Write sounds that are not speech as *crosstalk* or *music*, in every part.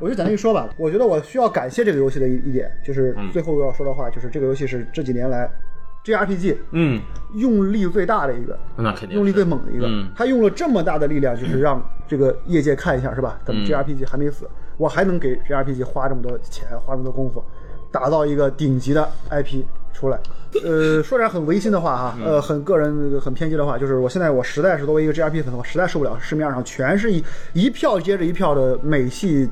我就简单一说吧。我觉得我需要感谢这个游戏的一一点，就是最后要说的话，就是这个游戏是这几年来 JRPG 嗯，用力最大的一个，那肯定是用力最猛的一个嗯。他用了这么大的力量，就是让这个业界看一下，是吧？咱们嗯 JRPG 还没死，我还能给 JRPG 花这么多钱，花这么多功夫，打造一个顶级的 IP 出来。呃，说点很违心的话嗯哈，呃，很个人、很偏激的话，就是我现在我实在是作为一个 JRPG 粉丝，我实在受不了市面上全是一一票接着一票的美系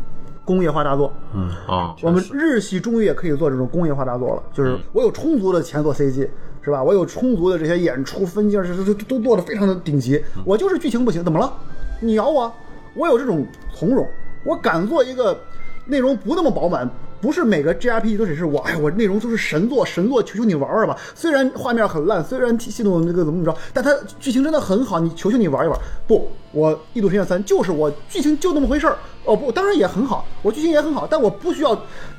工业化大作。嗯啊，我们日系、中越可以做这种工业化大作了，就是我有充足的钱做 CG，是吧？我有充足的这些演出分镜，这这这都做的非常的顶级。我就是剧情不行，怎么了？你咬我，啊我有这种从容，我敢做一个内容不那么饱满。不是每个 GRPG 都只是我，哎，我内容就是神作，神作，求求你玩玩吧。虽然画面很烂，虽然系统那个怎么怎么着，但它剧情真的很好，你求求你玩一玩。不，我《异度神剑三》就是我剧情就那么回事儿，哦不，当然也很好，我剧情也很好，但我不需要，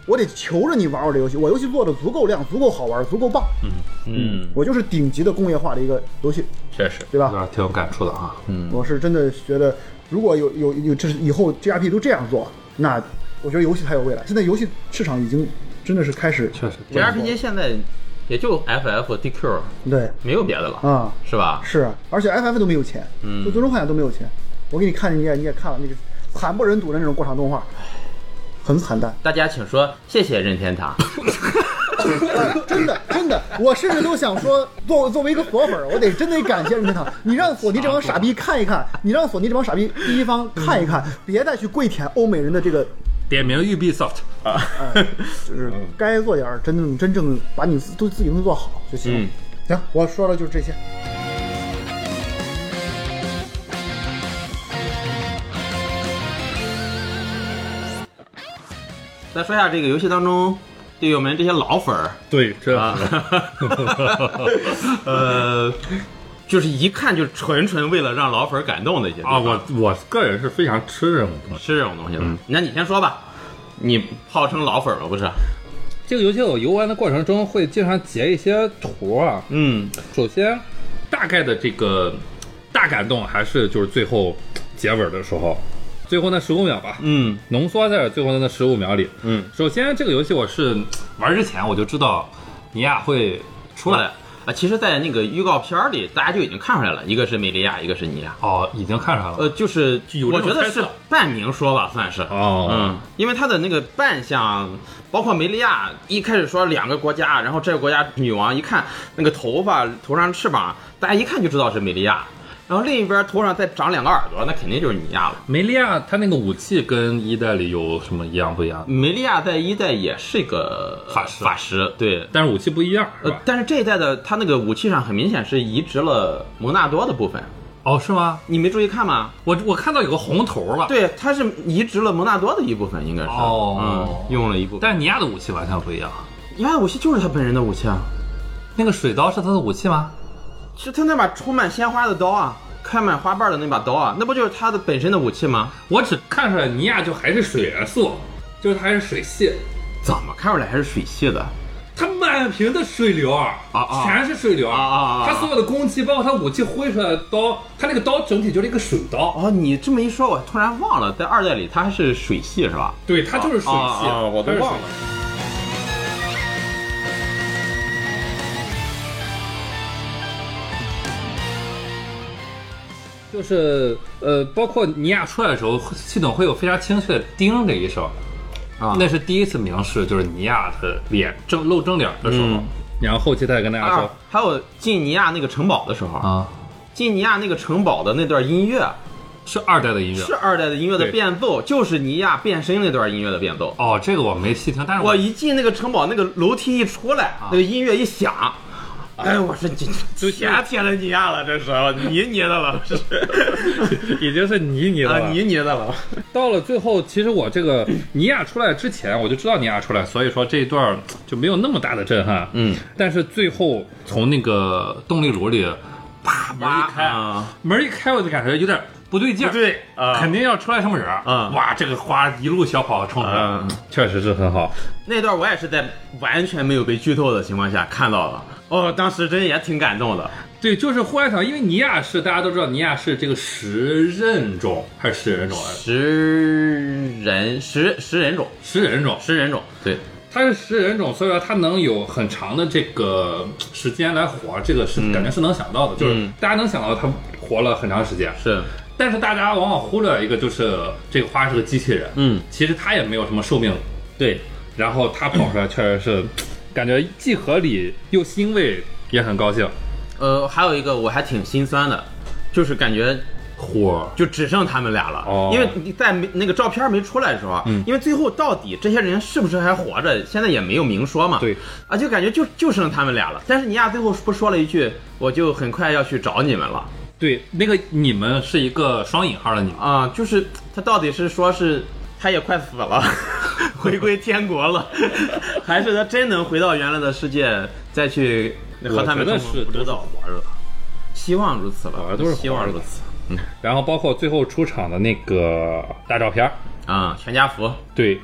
我得求着你玩我这游戏，我游戏做的足够亮，足够好玩，足够棒，嗯，我就是顶级的工业化的一个游戏，确实，对吧？那挺有感触的啊。嗯，我是真的觉得，如果有有有，这是以后 GRP 都这样做，那我觉得游戏才有未来。现在游戏市场已经真的是开始，确实 JRPG 现在也就 FF、DQ，对没有别的了，啊、是吧？是，而且 FF 都没有钱，嗯就最终幻想都没有钱。我给你看，你也你也看了，那个惨不忍睹的那种过场动画，很惨淡。大家请说谢谢任天堂，真的真的，我甚至都想说，作作为一个佛粉儿，我得真得感谢任天堂。你让索尼这帮傻逼看一看，你让索尼这帮傻逼第一方看一看，别再去跪舔欧美人的这个 *laughs* 点名 Ubisoft 啊，就是该做点儿真正真正把你自都自己能做好就行了。嗯行，我说的就是这些。再说一下这个游戏当中，队友们这些老粉儿对，这啊， *laughs* 呃，就是一看就是纯纯为了让老粉儿感动的一些地 *laughs* 啊，方我我个人是非常吃这种东西。是这种东西吗？那你先说吧，你号称老粉儿吧，不是？这个游戏我游玩的过程中会经常截一些图啊。嗯首先，大概的这个大感动还是就是最后结尾的时候，最后那十五秒吧，嗯浓缩在最后的那十五秒里。嗯，首先，这个游戏我是嗯玩之前我就知道尼亚会出出来来。啊！其实，在那个预告片儿里，大家就已经看出来了，一个是梅利亚，一个是啊尼亚。哦，已经看上了。呃，就是有这我种觉得猜测是半明说吧，算是。呃哦嗯，因为他的那个扮相，包括梅利亚一开始说两个国家，然后这个国家女王一看那个头发头上翅膀，大家一看就知道是梅利亚。然后另一边头上再长两个耳朵，那肯定就是尼亚了。梅利亚她那个武器跟一代里有什么一样不一嗯样？梅利亚在一代也是一个法师法师对。但是武器不一样，是呃吧，？但是这一代的他那个武器上很明显是移植了蒙纳多的部分，哦，是吗？你没注意看吗？我我看到有个红头了，，对，他是移植了蒙纳多的一部分，应该是哦嗯，用了一部分。但是尼亚的武器完全不一样。你看武器就是他本人的武器啊，那个水刀是他的武器吗？是他那把充满鲜花的刀啊，开满花瓣的那把刀啊，那不就是他的本身的武器吗？我只看出来尼亚就还是水元素，就是他还是水系，怎么看出来还是水系的？他满屏的水流啊啊全是水流啊啊啊啊他所有的攻击，包括他武器挥出来的刀，他那个刀整体就是一个水刀，哦，你这么一说，我突然忘了，在二代里他还是水系是吧？对，他就是水系，啊啊啊我都它是水忘了。就是呃，包括尼亚出来的时候，系统会有非常清晰的“叮”这一声，啊那是第一次明示，就是尼亚的脸正露正脸的时候，嗯然后后期他也跟大家二说啊还有进尼亚那个城堡的时候，啊，进尼亚那个城堡的那段音乐是二代的音乐，是二代的音乐的对变奏，就是尼亚变身那段音乐的变奏。哦，这个我没细听，但是我一进那个城堡，那个楼梯一出来，那个音乐一响，哎，我说你就是天天了你呀了，这是泥捏的了，这 *laughs* 是已经是泥泥了，啊泥捏的了。到了最后，其实我这 *clears throat* 个尼亚出来之前我就知道尼亚出来，所以说这一段儿就没有那么大的震撼。嗯，但是最后从那个动力炉里啪门一开，啊门一开我就感觉有点不不对劲不儿，对，啊啊肯定要出来什么人儿。嗯哇，这个花一路小跑冲出来，嗯，确实是很好。那段我也是在完全没有被剧透的情况下看到了，哦，当时真也挺感动的。对，就是忽然想，因为尼亚是大家都知道，尼亚是这个十人种还是十人啊种来着？食人食食人种，十人种，食人种，对，他是食人种，所以说他能有很长的这个时间来活，这个是感觉是能想到的，就是嗯大家能想到他活了很长时间。是，但是大家往往忽略了一个，就是这个花是个机器人，嗯，其实他也没有什么寿命，对，然后他跑出来确实是感觉既合理又欣慰，也很高兴。呃，还有一个我还挺心酸的，就是感觉火就只剩他们俩了，哦嗯因为你在没那个照片没出来的时候啊，因为最后到底这些人是不是还活着，现在也没有明说嘛，对，啊，就感觉就就剩他们俩了。但是尼亚最后不说了一句，我就很快要去找你们了对那个你们是一个双引号的你们，啊、就是他到底是说是他也快死了， *laughs* 回归天国了， *laughs* 还是他真能回到原来的世界再去和他们我觉共得同是不知道活着了，希望如此吧好像都是，希望如此然后包括最后出场的那个大照片儿，啊、全家福，对，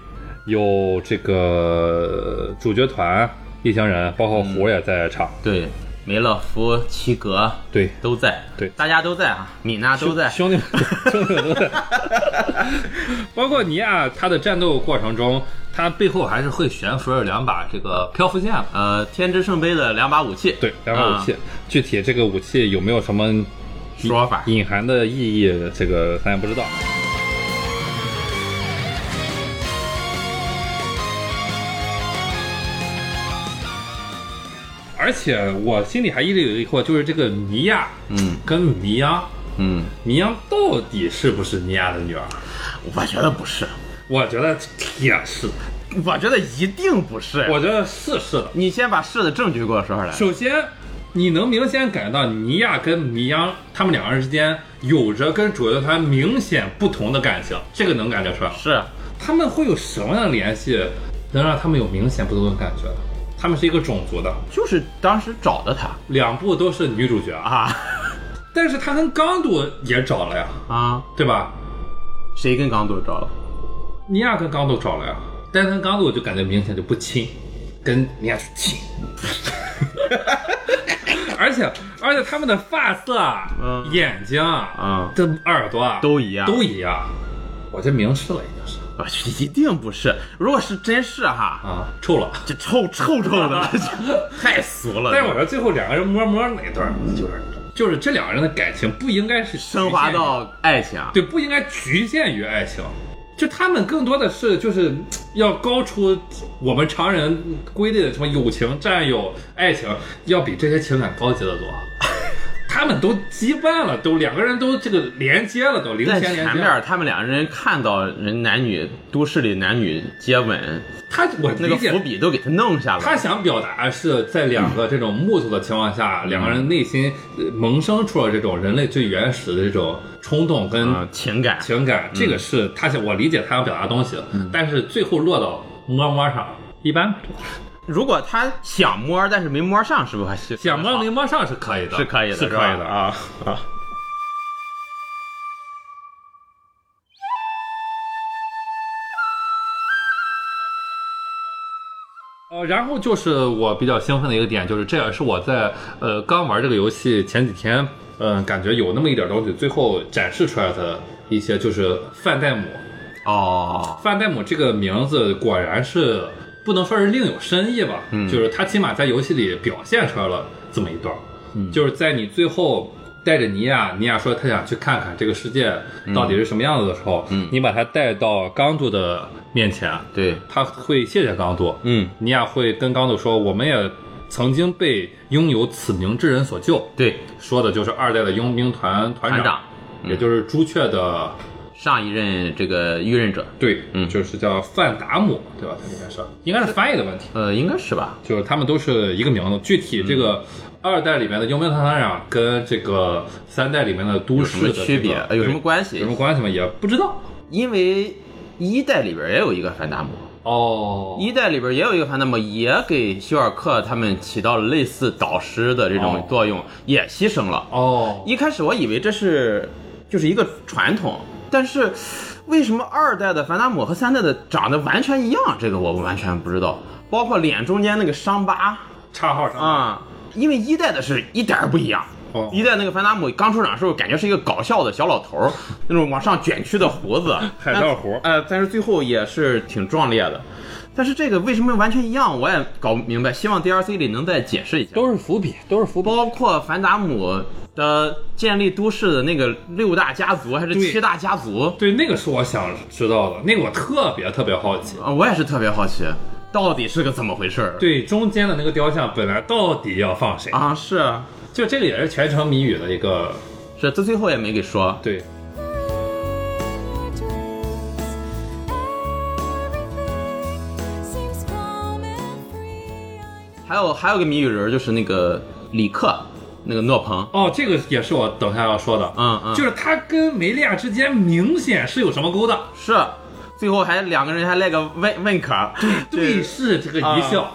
有这个主角团一行人，包嗯括虎也在场，对，梅勒夫、齐格。对，都在，对大家都在啊，米娜都在，兄弟们，兄弟们都在， *laughs* 包括尼亚他的战斗过程中，它背后还是会悬浮着两把这个漂浮剑的。呃，天之圣杯的两把武器，对两把武器，具体这个武器有没有什么说法隐含的意义，这个咱也不知道。而且我心里还一直有疑惑，就是这个尼亚，嗯，跟米央，嗯，米央到底是不是尼亚的女儿？啊我觉得不是，我觉得也是，我觉得一定不是。我觉得是是的。你先把是的证据给我说出来。首先，你能明显感觉到尼亚跟米央他们两个人之间有着跟主角团明显不同的感情，这个能感觉出来。是，他们会有什么样的联系，能让他们有明显不同的感觉？他们是一个种族的，就是当时找的他两部都是女主角啊，啊但是他跟刚度也找了呀，啊，对吧？谁跟港督找了？尼亚跟刚度找了呀，但是跟刚度我就感觉明显就不亲，跟尼亚就亲。 *laughs* 而且而且他们的发色、啊、嗯眼睛啊嗯、这耳朵啊都一样都一样。我这明示了，已经是我去，一定不是。如果是真是哈，啊，臭了。就臭臭臭 *laughs* 的，太俗了。但是我觉得最后两个人摸摸那一段，就是就是这两个人的感情不应该是局限于嗯升华到爱情啊，对，不应该局限于爱情。就他们更多的是就是要高出我们常人归类的什么友情、战友、爱情，要比这些情感高级得多。他们都羁绊了，都两个人都这个连接了，都零在前连接前了。面他们两个人看到人男女都市里男女接吻，他我那个理解伏笔都给他弄下他来。想表达是在两个这种木头的情况下，嗯两个人内心呃萌生出了这种人类最原始的这种冲动跟嗯，情感情感，这个是他想我理解他想表达的东西，嗯但是最后落到摸摸上，一般如果他想摸，但是没摸上，是不是还是想摸没摸上是可以的，是可以的，是可以吧的。啊啊！呃，然后就是我比较兴奋的一个点，就是这也是我在呃刚玩这个游戏前几天，嗯、感觉有那么一点东西，最后展示出来的一些就是范代姆。哦，范代姆这个名字果然是不能说是另有深意吧，嗯就是他起码在游戏里表现出来了这么一段儿，嗯就是在你最后带着尼亚，尼亚说他想去看看这个世界嗯到底是什么样子的时候，你把他带到刚度的面前，对，他会谢谢刚度，嗯，尼亚会跟刚度说，我们也曾经被拥有此名之人所救，对，说的就是二代的佣兵团团团长，长也就是朱雀的上一任这个御任者，对，嗯就是叫范达姆，对吧？他应该是，应该是翻译的问题，呃，应该是吧？就是他们都是一个名字。具体这个嗯二代里面的佣兵团团长跟这个三代里面的都市有什的么这个区别呃有什么关系有什么关系吗？也不知道。因为一代里边也有一个范达姆，哦一代里边也有一个范达姆，也给休尔克他们起到了类似导师的这种哦作用，也牺牲了。哦，一开始我以为这是就是一个传统。但是为什么二代的凡达姆和三代的长得完全一样？这个我完全不知道。包括脸中间那个伤疤叉号上啊、因为一代的是一点儿不一样。哦一代那个凡达姆刚出场的时候，感觉是一个搞笑的小老头 *laughs* 儿，那种往上卷曲的胡子，海盗胡但呃，但是最后也是挺壮烈的。但是这个为什么完全一样，我也搞不明白。希望 DLC 里能再解释一下。都是伏笔，都是伏笔。包括凡达姆的建立都市的那个六大家族还是对七大家族对，那个是我想知道的，那个我特别特别好奇。啊，我也是特别好奇，到底是个怎么回事儿？对，中间的那个雕像本来到底要放谁？啊，是就这个也是全程谜语的一个是，这最后也没给说。对。 seems calm and free. I 还有还有个谜语人儿就是那个李克，那个诺鹏，哦，这个也是我等下要说的，嗯嗯就是他跟梅利亚之间明显是有什么勾搭，是，最后还两个人还来个问问卡， *laughs* 对视这个一笑，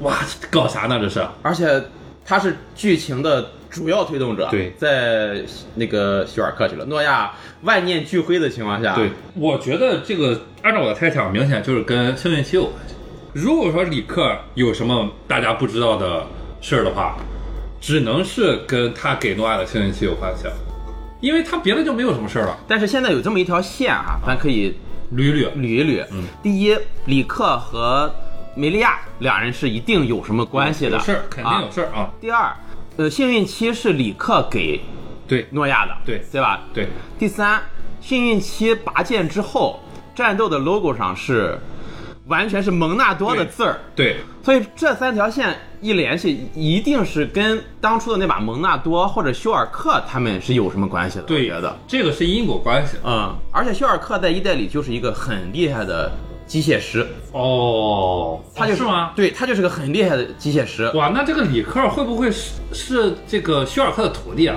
哇，搞啥呢这是？啊而且他是剧情的主要推动者，对在那个希尔克去了，诺亚万念俱灰的情况下，对，我觉得这个按照我的猜想，明显就是跟幸运期有关系。如果说李克有什么大家不知道的事儿的话，只能是跟他给诺亚的幸运期有关系，因为他别的就没有什么事儿了。但是现在有这么一条线啊，咱可以捋一捋，捋一捋。嗯第一，李克和梅利亚两人是一定有什么关系的，有事儿肯定有事儿、儿啊。第二，呃，幸运期是李克给对诺亚的，对对吧？对，第三，幸运期拔剑之后，战斗的 logo 上是完全是蒙纳多的字儿，对，所以这三条线一联系，一定是跟当初的那把蒙纳多或者休尔克他们是有什么关系的。对我觉得，这个是因果关系。嗯，而且休尔克在一代里就是一个很厉害的机械师，哦，他就是吗？对他就是个很厉害的机械师。哇，那这个李克会不会是是这个休尔克的徒弟啊？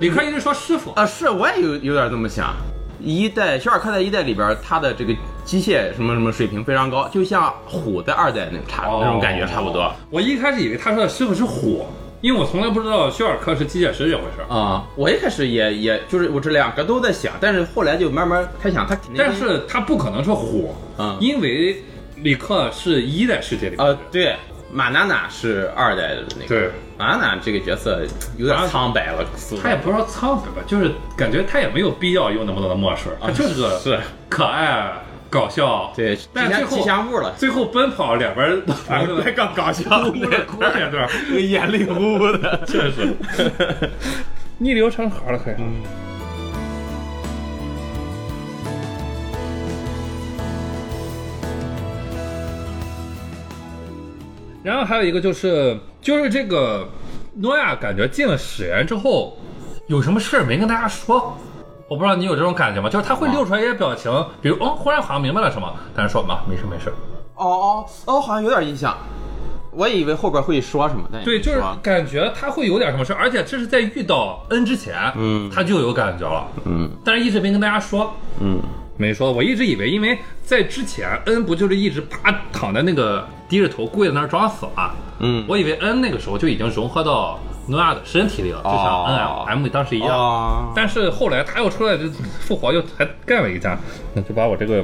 李克一直说师傅，啊，是我也有有点这么想。一代休尔克在一代里边，他的这个机械什么什么水平非常高，就像虎在二代那个差、哦那种感觉差不多。啊、我一开始以为他说的师傅是火，因为我从来不知道休尔克是机械师这回啊事儿。我一开始也也就是我这两个都在想，但是后来就慢慢开想他肯定但是他不可能是火，嗯因为李克是一代世界里面的呃人。对，马娜娜是二代的那个，对，马娜娜这个角色有点苍白了，似乎他也不知道苍白吧，就是感觉他也没有必要用那么多的墨水，他就是个啊是可爱搞笑，对，但吉最祥吉后祥物了，最后奔跑两边反正更搞笑哭着哭着 *laughs* 一段，眼泪呜呜的，确实。逆流成河了，可以。然后还有一个就是，就是这个诺亚感觉进了史园之后，有什么事儿没跟大家说。我不知道你有这种感觉吗？就是他会溜出来一些表情，比如哦，忽然好像明白了什么，但是说啊，没事没事。哦哦哦，好像有点印象，我以为后边会说什么，但也对，没就是说感觉他会有点什么事儿，而且这是在遇到恩之前，嗯，他就有感觉了，嗯，但是一直没跟大家说，嗯，没说。我一直以为，因为在之前恩不就是一直啪躺在那个低着头跪在那儿装死嘛，嗯，我以为恩那个时候就已经融合到诺亚的身体里了，就像 N M M 当时一样。哦但是后来他又出来就复活，又还干了一架，那就把我这个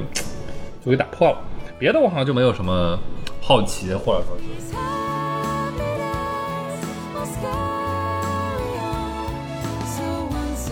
就给打破了。别的我好像就没有什么好奇，或者说是 These holidays must carry on. So once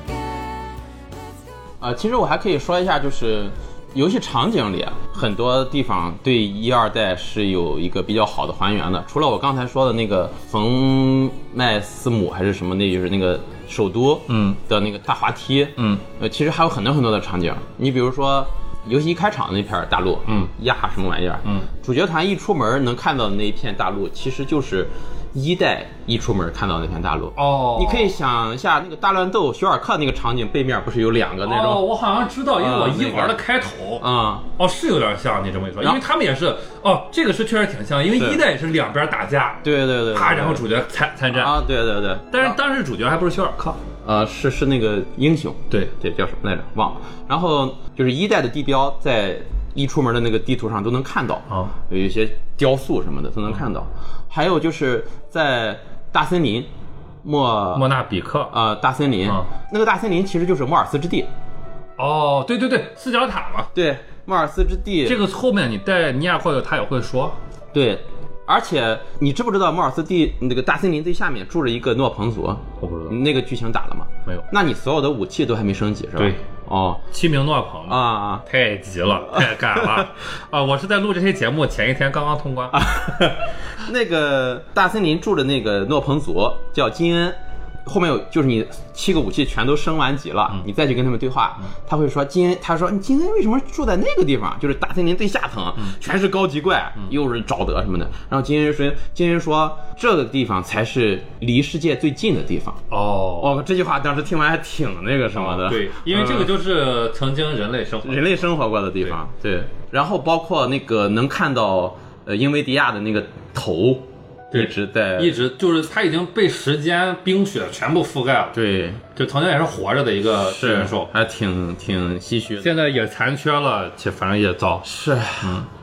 again, let's go. 呃，其实我还可以说一下，就是游戏场景里啊很多地方对一二代是有一个比较好的还原的，除了我刚才说的那个冯麦斯姆还是什么，那就是那个首都嗯的那个大滑梯嗯，呃，其实还有很多很多的场景，你比如说。游戏一开场那片大陆，嗯，呀什么玩意儿，嗯，主角团一出门能看到的那一片大陆，其实就是一代一出门看到的那片大陆。哦你可以想一下那个大乱斗，休尔克那个场景背面不是有两个那种哦，我好像知道，因为我啊一那个玩的开头，啊、哦，是有点像你这么一说，因然后为他们也是，哦，这个是确实挺像，因为对一代也是两边打架，对对对，啪，对然后主角参参战，啊，对对对，但是当时主角还不是休尔克，呃，是是那个英雄，对对，叫什么来着？忘了。然后就是一代的地标，在一出门的那个地图上都能看到啊，有一些雕塑什么的都能看到。还有就是在大森林，莫莫纳比克呃大森林嗯，那个大森林其实就是莫尔斯之地，哦，对对对，四角塔嘛。对，莫尔斯之地这个后面你带尼亚矿友，他也会说，对，而且你知不知道莫尔斯地那个大森林最下面住着一个诺彭族？我不知道那个剧情打了吗？没有那你所有的武器都还没升级是吧？对，哦七名诺鹏嘛，啊，太急了，太赶 *laughs* 了啊！我是在录这期节目前一天刚刚通关，啊那个大森林住的那个诺彭族叫金恩。后面有就是你七个武器全都升完级嗯了，你再去跟他们对话，他会说金恩，他说你金恩为什么住在那个地方？就是大森林最下层，嗯全是高级怪，又是沼泽什么的。然后金恩说，金恩说这个地方才是离世界最近的地方。哦，哦，这句话当时听完还挺那个什么的。嗯啊对，因为这个就是曾经人类生活，人类生活过的地方，对。然后包括那个能看到呃英维迪亚的那个头，对一直在一直就是他已经被时间冰雪全部覆盖了，对就曾经也是活着的一个是神兽，还挺挺唏嘘的。现在也残缺了，且反正也糟。是，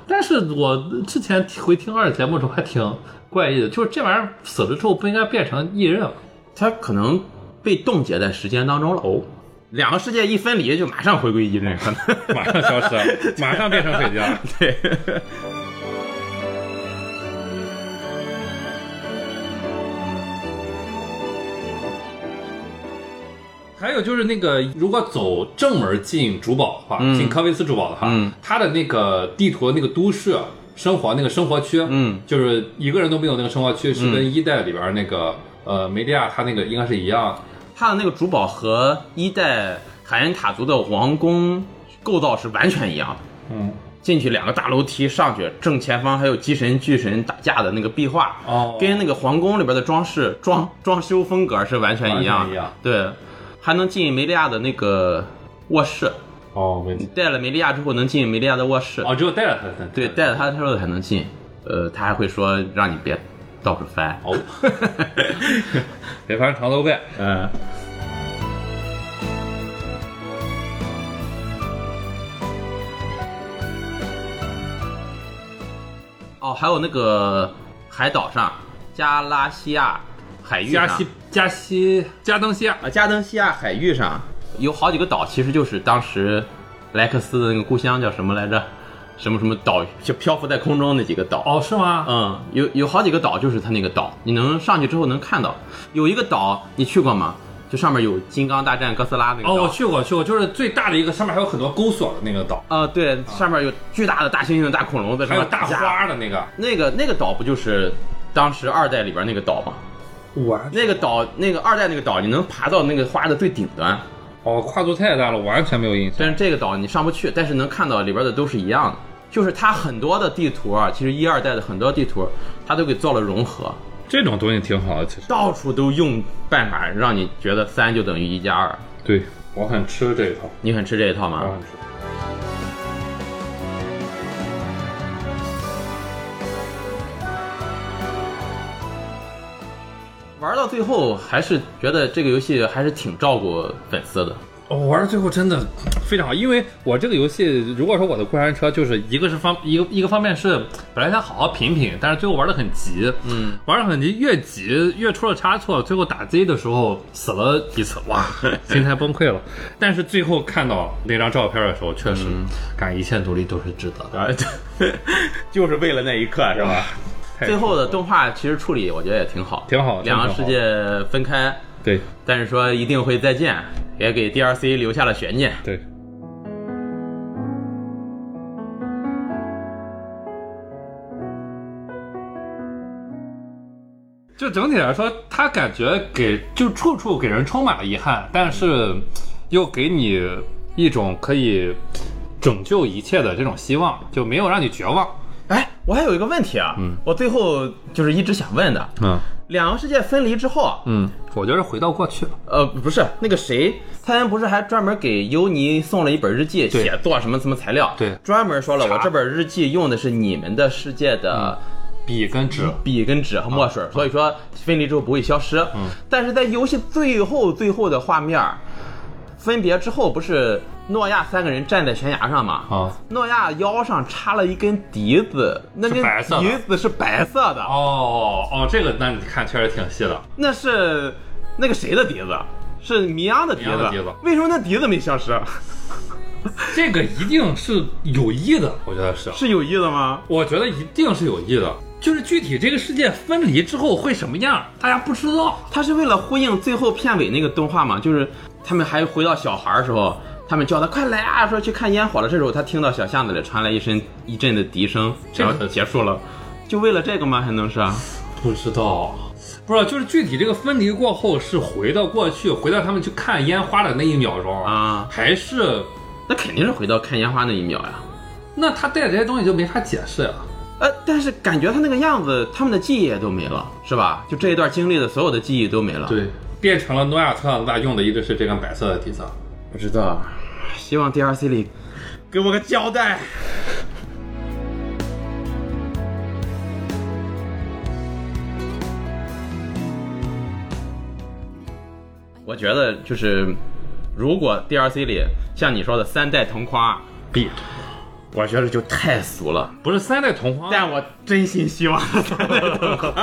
但是我之前回听二节目的时候还挺怪异的，就是这玩意儿死了之后不应该变成异刃吗？它可能被冻结在时间当中了。哦，两个世界一分离，就马上回归一 *laughs* 人，可能。马上消失，马上变成水晶。对，还有就是那个，如果走正门进主堡的话，进科维斯主堡的话，嗯它的那个地图那个都市生活那个生活区，嗯，就是一个人都没有那个生活区，是跟一代里边那个、呃梅利亚它那个应该是一样。它的那个主堡和一代海恩塔族的王宫构造是完全一样的。嗯，进去两个大楼梯上去，正前方还有鸡神巨神打架的那个壁画，哦跟那个皇宫里边的装饰装装修风格是完全一样完全一样对，还能进梅利亚的那个卧室，哦，没你带了梅利亚之后能进梅利亚的卧室，哦，只有带了它才对，带了他之后才能进。呃，他还会说让你别到处翻。哦， *laughs* 别翻长头怪。嗯，哦，还有那个海岛上，加拉西亚海域 *laughs* 加上，西加西加登西亚，啊，加登西亚海域上有好几个岛，其实就是当时莱克斯的那个故乡叫什么来着？什么什么岛，就漂浮在空中那几个岛。哦，是吗？嗯，有有好几个岛，就是它那个岛，你能上去之后能看到。有一个岛你去过吗？就上面有《金刚大战哥斯拉》那个岛。哦，我去过，去过，就是最大的一个，上面还有很多钩索的那个岛，啊、对，上面有巨大的大猩猩、大恐龙在还上有面大打架。花的那个。那个那个岛不就是当时二代里边那个岛吗？我那个岛，那个二代那个岛，你能爬到那个花的最顶端，哦，跨度太大了，完全没有印象。但是这个岛你上不去，但是能看到里边的都是一样的。就是它很多的地图啊，其实一二代的很多地图，它都给做了融合，这种东西挺好的，其实。到处都用办法让你觉得三就等于一加二。对，我很吃这一套，你很吃这一套吗？我很吃。玩到最后还是觉得这个游戏还是挺照顾粉丝的。哦，玩到最后真的非常好，因为我这个游戏，如果说我的过山车，就是一个是方一个一个方面是本来想好好品品，但是最后玩的很急，嗯，玩的很急，越急越出了差错，最后打 Z 的时候死了一次， *laughs* 哇，心态崩溃了。但是最后看到那张照片的时候，确实，嗯感一切努力都是值得的。啊，对， *laughs* 就是为了那一刻是吧？太 *laughs* 最后的动画其实处理我觉得也挺好，挺好两个真世挺好界分开，对但是说一定会再见，也给 DRC 留下了悬念。对，就整体来说，他感觉给就处处给人充满了遗憾，但是又给你一种可以拯救一切的这种希望，就没有让你绝望。哎，我还有一个问题啊，我最后就是一直想问的，嗯两个世界分离之后，啊嗯，我觉得是回到过去了。呃，不是那个谁，泰恩不是还专门给尤尼送了一本日记，对写作什么什么材料，对专门说了我查这本日记用的是你们的世界的嗯笔跟纸，啊笔跟纸和墨水，所以说分离之后不会消失。嗯但是在游戏最后最后的画面儿，分别之后不是诺亚三个人站在悬崖上吗？啊诺亚腰上插了一根笛子，那根是白色的笛子是白色的，哦哦，这个那你看确实挺细的。那是那个谁的笛子？是米央的笛米子央的笛子为什么那笛子没消失？ *laughs* 这个一定是有意的，我觉得是，是有意的吗？我觉得一定是有意的。就是具体这个世界分离之后会什么样，大家不知道。他是为了呼应最后片尾那个动画嘛，就是他们还回到小孩儿的时候，他们叫他快来啊，说去看烟火了。这时候他听到小巷子里传来一声一阵的笛声，这然个后结束了。就为了这个吗？还能是啊？不知道，不知道，就是具体这个分离过后是回到过去，回到他们去看烟花的那一秒钟啊还是那肯定是回到看烟花那一秒呀。那他带着这些东西就没法解释呀、呃，但是感觉他那个样子，他们的记忆也都没了，是吧？就这一段经历的所有的记忆都没了。，对，变成了诺亚特朗大用的一直是这根白色的笛子。不知道，希望 DLC 里给我个交代。我觉得就是，如果 DLC 里像你说的三代同框， B 我觉得就太俗了。不是三代同框，啊 *laughs* 但我真心希望三代同框。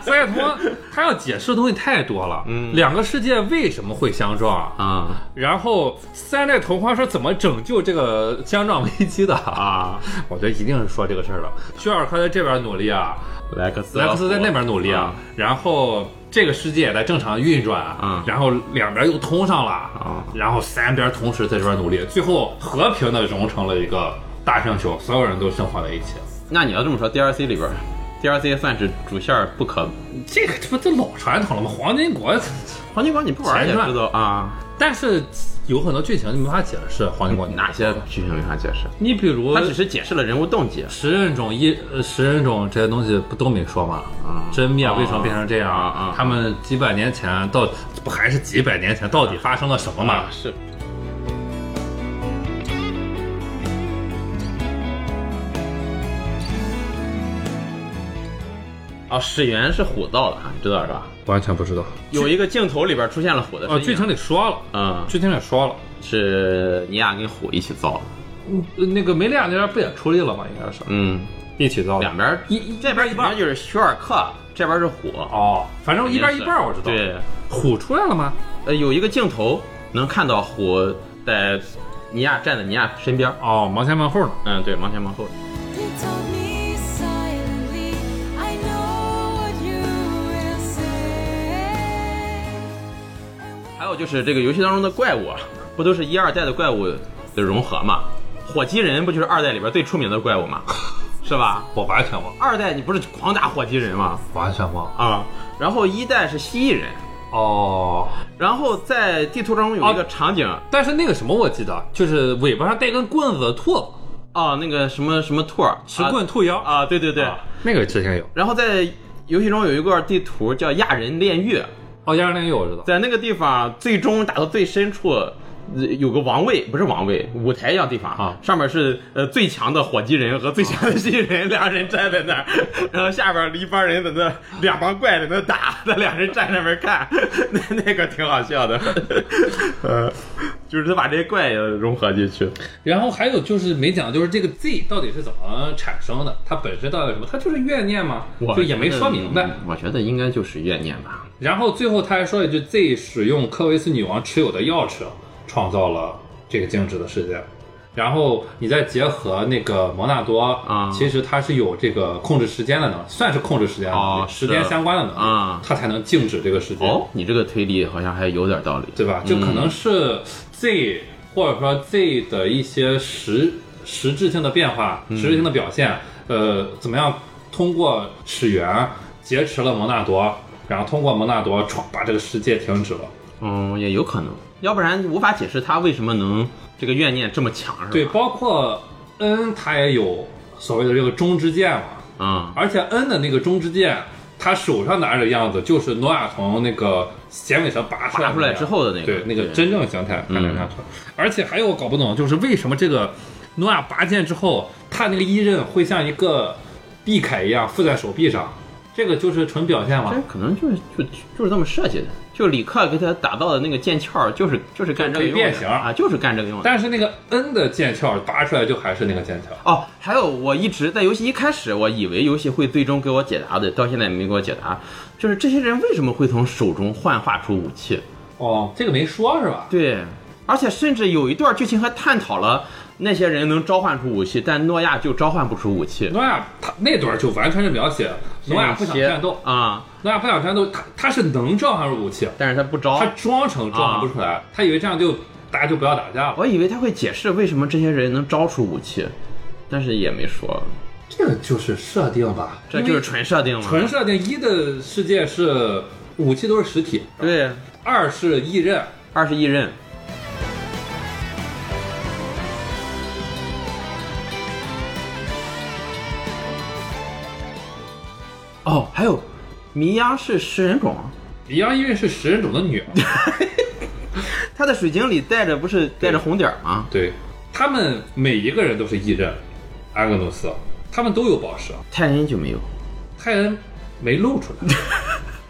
三代同框他要解释的东西太多了。嗯，两个世界为什么会相撞啊？ *laughs* 啊、然后三代同框说怎么拯救这个相撞危机的 *laughs* 啊？我觉得一定是说这个事儿了。薛尔克在这边努力啊，莱克斯，莱克斯在那边努力啊，然后这个世界也在正常运转啊然后两边又通上了啊然后三边同时在这边努力，最后和平的融成了一个大星球，所有人都生活在一起。那你要这么说，DLC 里边儿，DLC 算是主线儿不可。这个这不都老传统了吗？黄金国，黄金光你不玩儿也前传知道啊，但是有很多剧情你没法解释。黄金国哪些剧情没法解释？你比如他只是解释了人物动机。食人种一呃食人种这些东西不都没说吗？嗯真灭为什么变成这样？啊啊他们几百年前到不还是几百年前到底发生了什么嘛？是，哦，始源是虎造的，你知道是吧？完全不知道。有一个镜头里边出现了虎的身哦，影。剧情里说了，嗯，剧情里说了，是尼亚跟虎一起造的。呃那个梅利亚那边不也出力了吗？应该是嗯，一起造的两边儿一这边一半就是徐尔克，这边是虎。哦，反正一边一半儿我知道。，对，虎出来了吗？呃，有一个镜头能看到虎在尼亚站在尼亚身边。哦，忙前忙后呢。嗯，对，忙前忙后。 You told me silently, I know what you will say. 还有就是这个游戏当中的怪物，啊，不都是一二代的怪物的融合嘛？火鸡人不就是二代里边最出名的怪物嘛？是吧？我完全忘，二代你不是狂打火鸡人吗？完全忘。啊、然后一代是蜥蜴人，哦，然后在地图中有一个哦场景，但是那个什么我记得，就是尾巴上带根棍子的兔子，哦，那个什么什么兔儿，持棍兔腰啊，啊对对对，啊那个之前有。然后在游戏中有一个地图叫亚人炼狱，哦，亚热那个我知道。在那个地方最终打到最深处，呃有个王位，不是王位，舞台一样地方啊上面是呃最强的火鸡人和最强的蜥蜴人，俩人站在那 *laughs* 儿，然后下边一帮人在那两帮怪在那打，那俩人站那边看， *laughs* 那那个挺好笑的， *laughs* 呃，就是他把这些怪也融合进去，然后还有就是没讲，就是这个 Z 到底是怎么产生的？它本身到底是什么？它就是怨念嘛，就也没说明白。嗯我觉得应该就是怨念吧，然后最后他还说了一句：“Z 使用科维斯女王持有的钥匙，创造了这个静止的世界。”然后你再结合那个蒙纳多啊其实它是有这个控制时间的能力，算是控制时间的能力哦时间是相关的能力，啊它才能静止这个世界，哦，你这个推理好像还有点道理，对吧？就可能是 Z、或者说 Z 的一些实实质性的变化、实质性的表现，呃，怎么样通过始源劫持了蒙纳多，然后通过蒙纳多闯把这个世界停止了。嗯，也有可能，要不然无法解释他为什么能这个怨念这么强，是吧？对，包括 N 它也有所谓的这个中之剑嘛，啊、而且 N 的那个中之剑，他手上拿着的样子就是诺亚从那个响尾蛇拔出来拔出来之后的那个对那个对嗯真正形态看来拿出来。而且还有我搞不懂，就是为什么这个诺亚拔剑之后，他那个一刃会像一个臂铠一样附在手臂上，这个就是纯表现嘛这。可能就是就就是这么设计的，就是李克给他打造的那个剑鞘，就是就是干这个用的可以变形啊，就是干这个用的。但是那个 N 的剑鞘拔出来就还是那个剑鞘，哦，还有我一直在游戏一开始，我以为游戏会最终给我解答的，到现在也没给我解答，就是这些人为什么会从手中幻化出武器？哦，这个没说是吧？对，而且甚至有一段剧情还探讨了那些人能召唤出武器，但诺亚就召唤不出武器。诺亚他那段就完全是描写诺亚不想战斗，啊、诺亚不想战斗，他他是能召唤入武器，但是他不招他。装成召唤不出啊来，他以为这样就大家就不要打架了。我以为他会解释为什么这些人能招出武器，但是也没说，这个就是设定吧，这就是纯设定嘛。纯设定。一的世界是武器都是实体，对，二是异刃，二十一任。哦，还有，米娅是食人种，啊米娅因为是食人种的 *laughs* 女儿，她在水晶里带着不是带着红点儿吗？对他们每一个人都是异刃，安格努斯，他们都有宝石，泰恩就没有，泰恩没露出 *laughs* 来，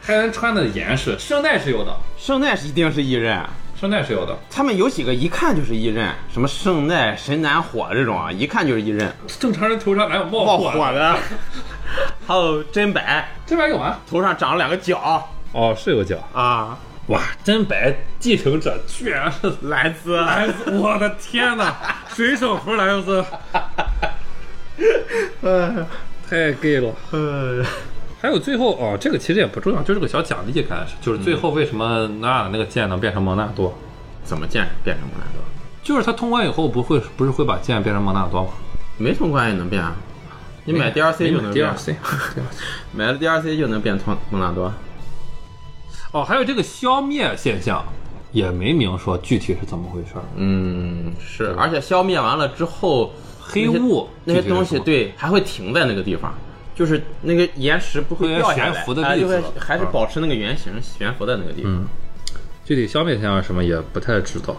泰恩穿的严实，圣代是有的，圣奈是一定是异刃，圣代是有的，他们有几个一看就是异刃，什么圣奈、神南火这种啊，一看就是异刃，正常人头上哪有啊冒冒火？火的。还有真白，这边有啊，头上长了两个角哦，是有脚。啊，哇，真白继承者居然是蓝丝，莱斯， *laughs* 我的天哪，水手服莱斯， *laughs* 哎太 gay 了。呃，还有最后哦，这个其实也不重要，就是个小奖励，开始就是最后嗯为什么纳尔那个剑能变成蒙纳多，怎么见变成蓝的？就是他通关以后不会不是会把剑变成蒙纳多吗？哎没什么关系能变啊，你买 DLC 就能第变二，C。买了 DLC 就能变通蒙纳多。哦，还有这个消灭现象也没明说具体是怎么回事儿，嗯，是，而且消灭完了之后，黑雾那些具体是东什西么对还会停在那个地方，就是那个岩石不会会掉下来，悬浮的哎粒就子会了还是啊保持那个原型悬浮在那个地方。嗯具体消灭现象是什么也不太知道。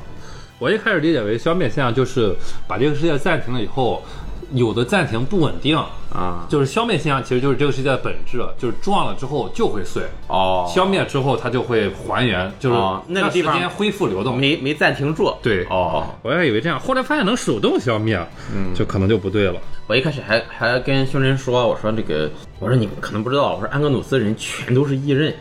我一开始理解为消灭现象就是把这个世界暂停了以后，有的暂停不稳定，啊，就是消灭现象其实就是这个世界的本质，就是撞了之后就会碎，哦，消灭之后它就会还原，就是哦那个让地方时间恢复流动。没没暂停住。对哦，我还以为这样，后来发现能手动消灭，嗯，就可能就不对了。我一开始还还跟胸针说，我说这个，我说你可能不知道，我说安格努斯人全都是异刃，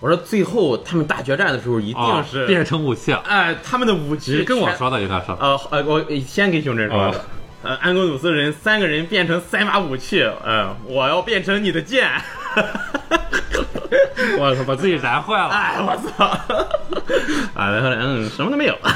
我说最后他们大决战的时候一定是、啊变成武器，哎，他们的武其器实跟我全说的应该是，呃呃，我先给熊真说的啊。呃，安格努斯人三个人变成三把武器，呃，我要变成你的剑。 *laughs* *laughs* 我操，把自己燃坏了。哎，我操！啊，然后嗯，什么都没有。 *laughs*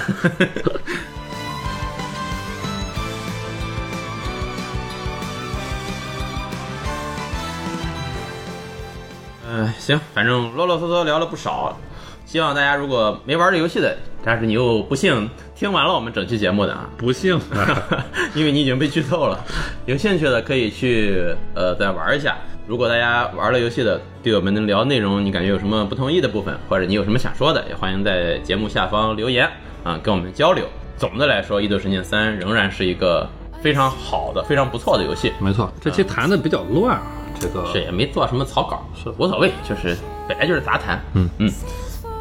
嗯、行，反正啰啰嗦嗦聊了不少，希望大家如果没玩这游戏的，但是你又不幸听完了我们整期节目的啊， *laughs* 不幸， *laughs* *laughs* 因为你已经被剧透了。有兴趣的可以去呃再玩一下。如果大家玩了游戏的，对我们的聊内容你感觉有什么不同意的部分，或者你有什么想说的，也欢迎在节目下方留言啊，跟我们交流。总的来说，《异度神剑三》仍然是一个非常好的、非常不错的游戏。没错，这期谈的比较乱啊，这个是也没做什么草稿，是无所谓，就是本来就是杂谈。嗯嗯，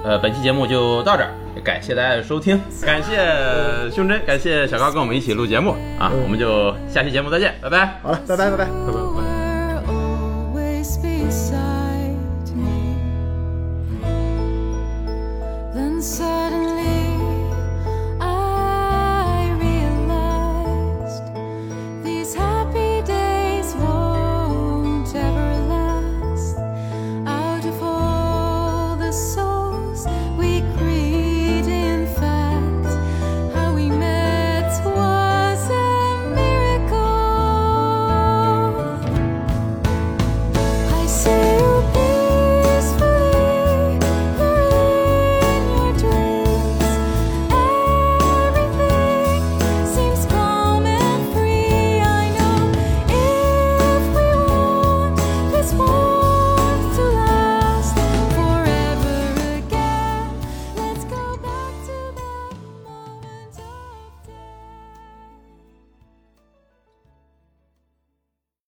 呃，本期节目就到这儿，感谢大家的收听，感谢胸针，感谢小高跟我们一起录节目啊，我们就下期节目再见，拜拜。好了，拜拜拜拜。 always be safe.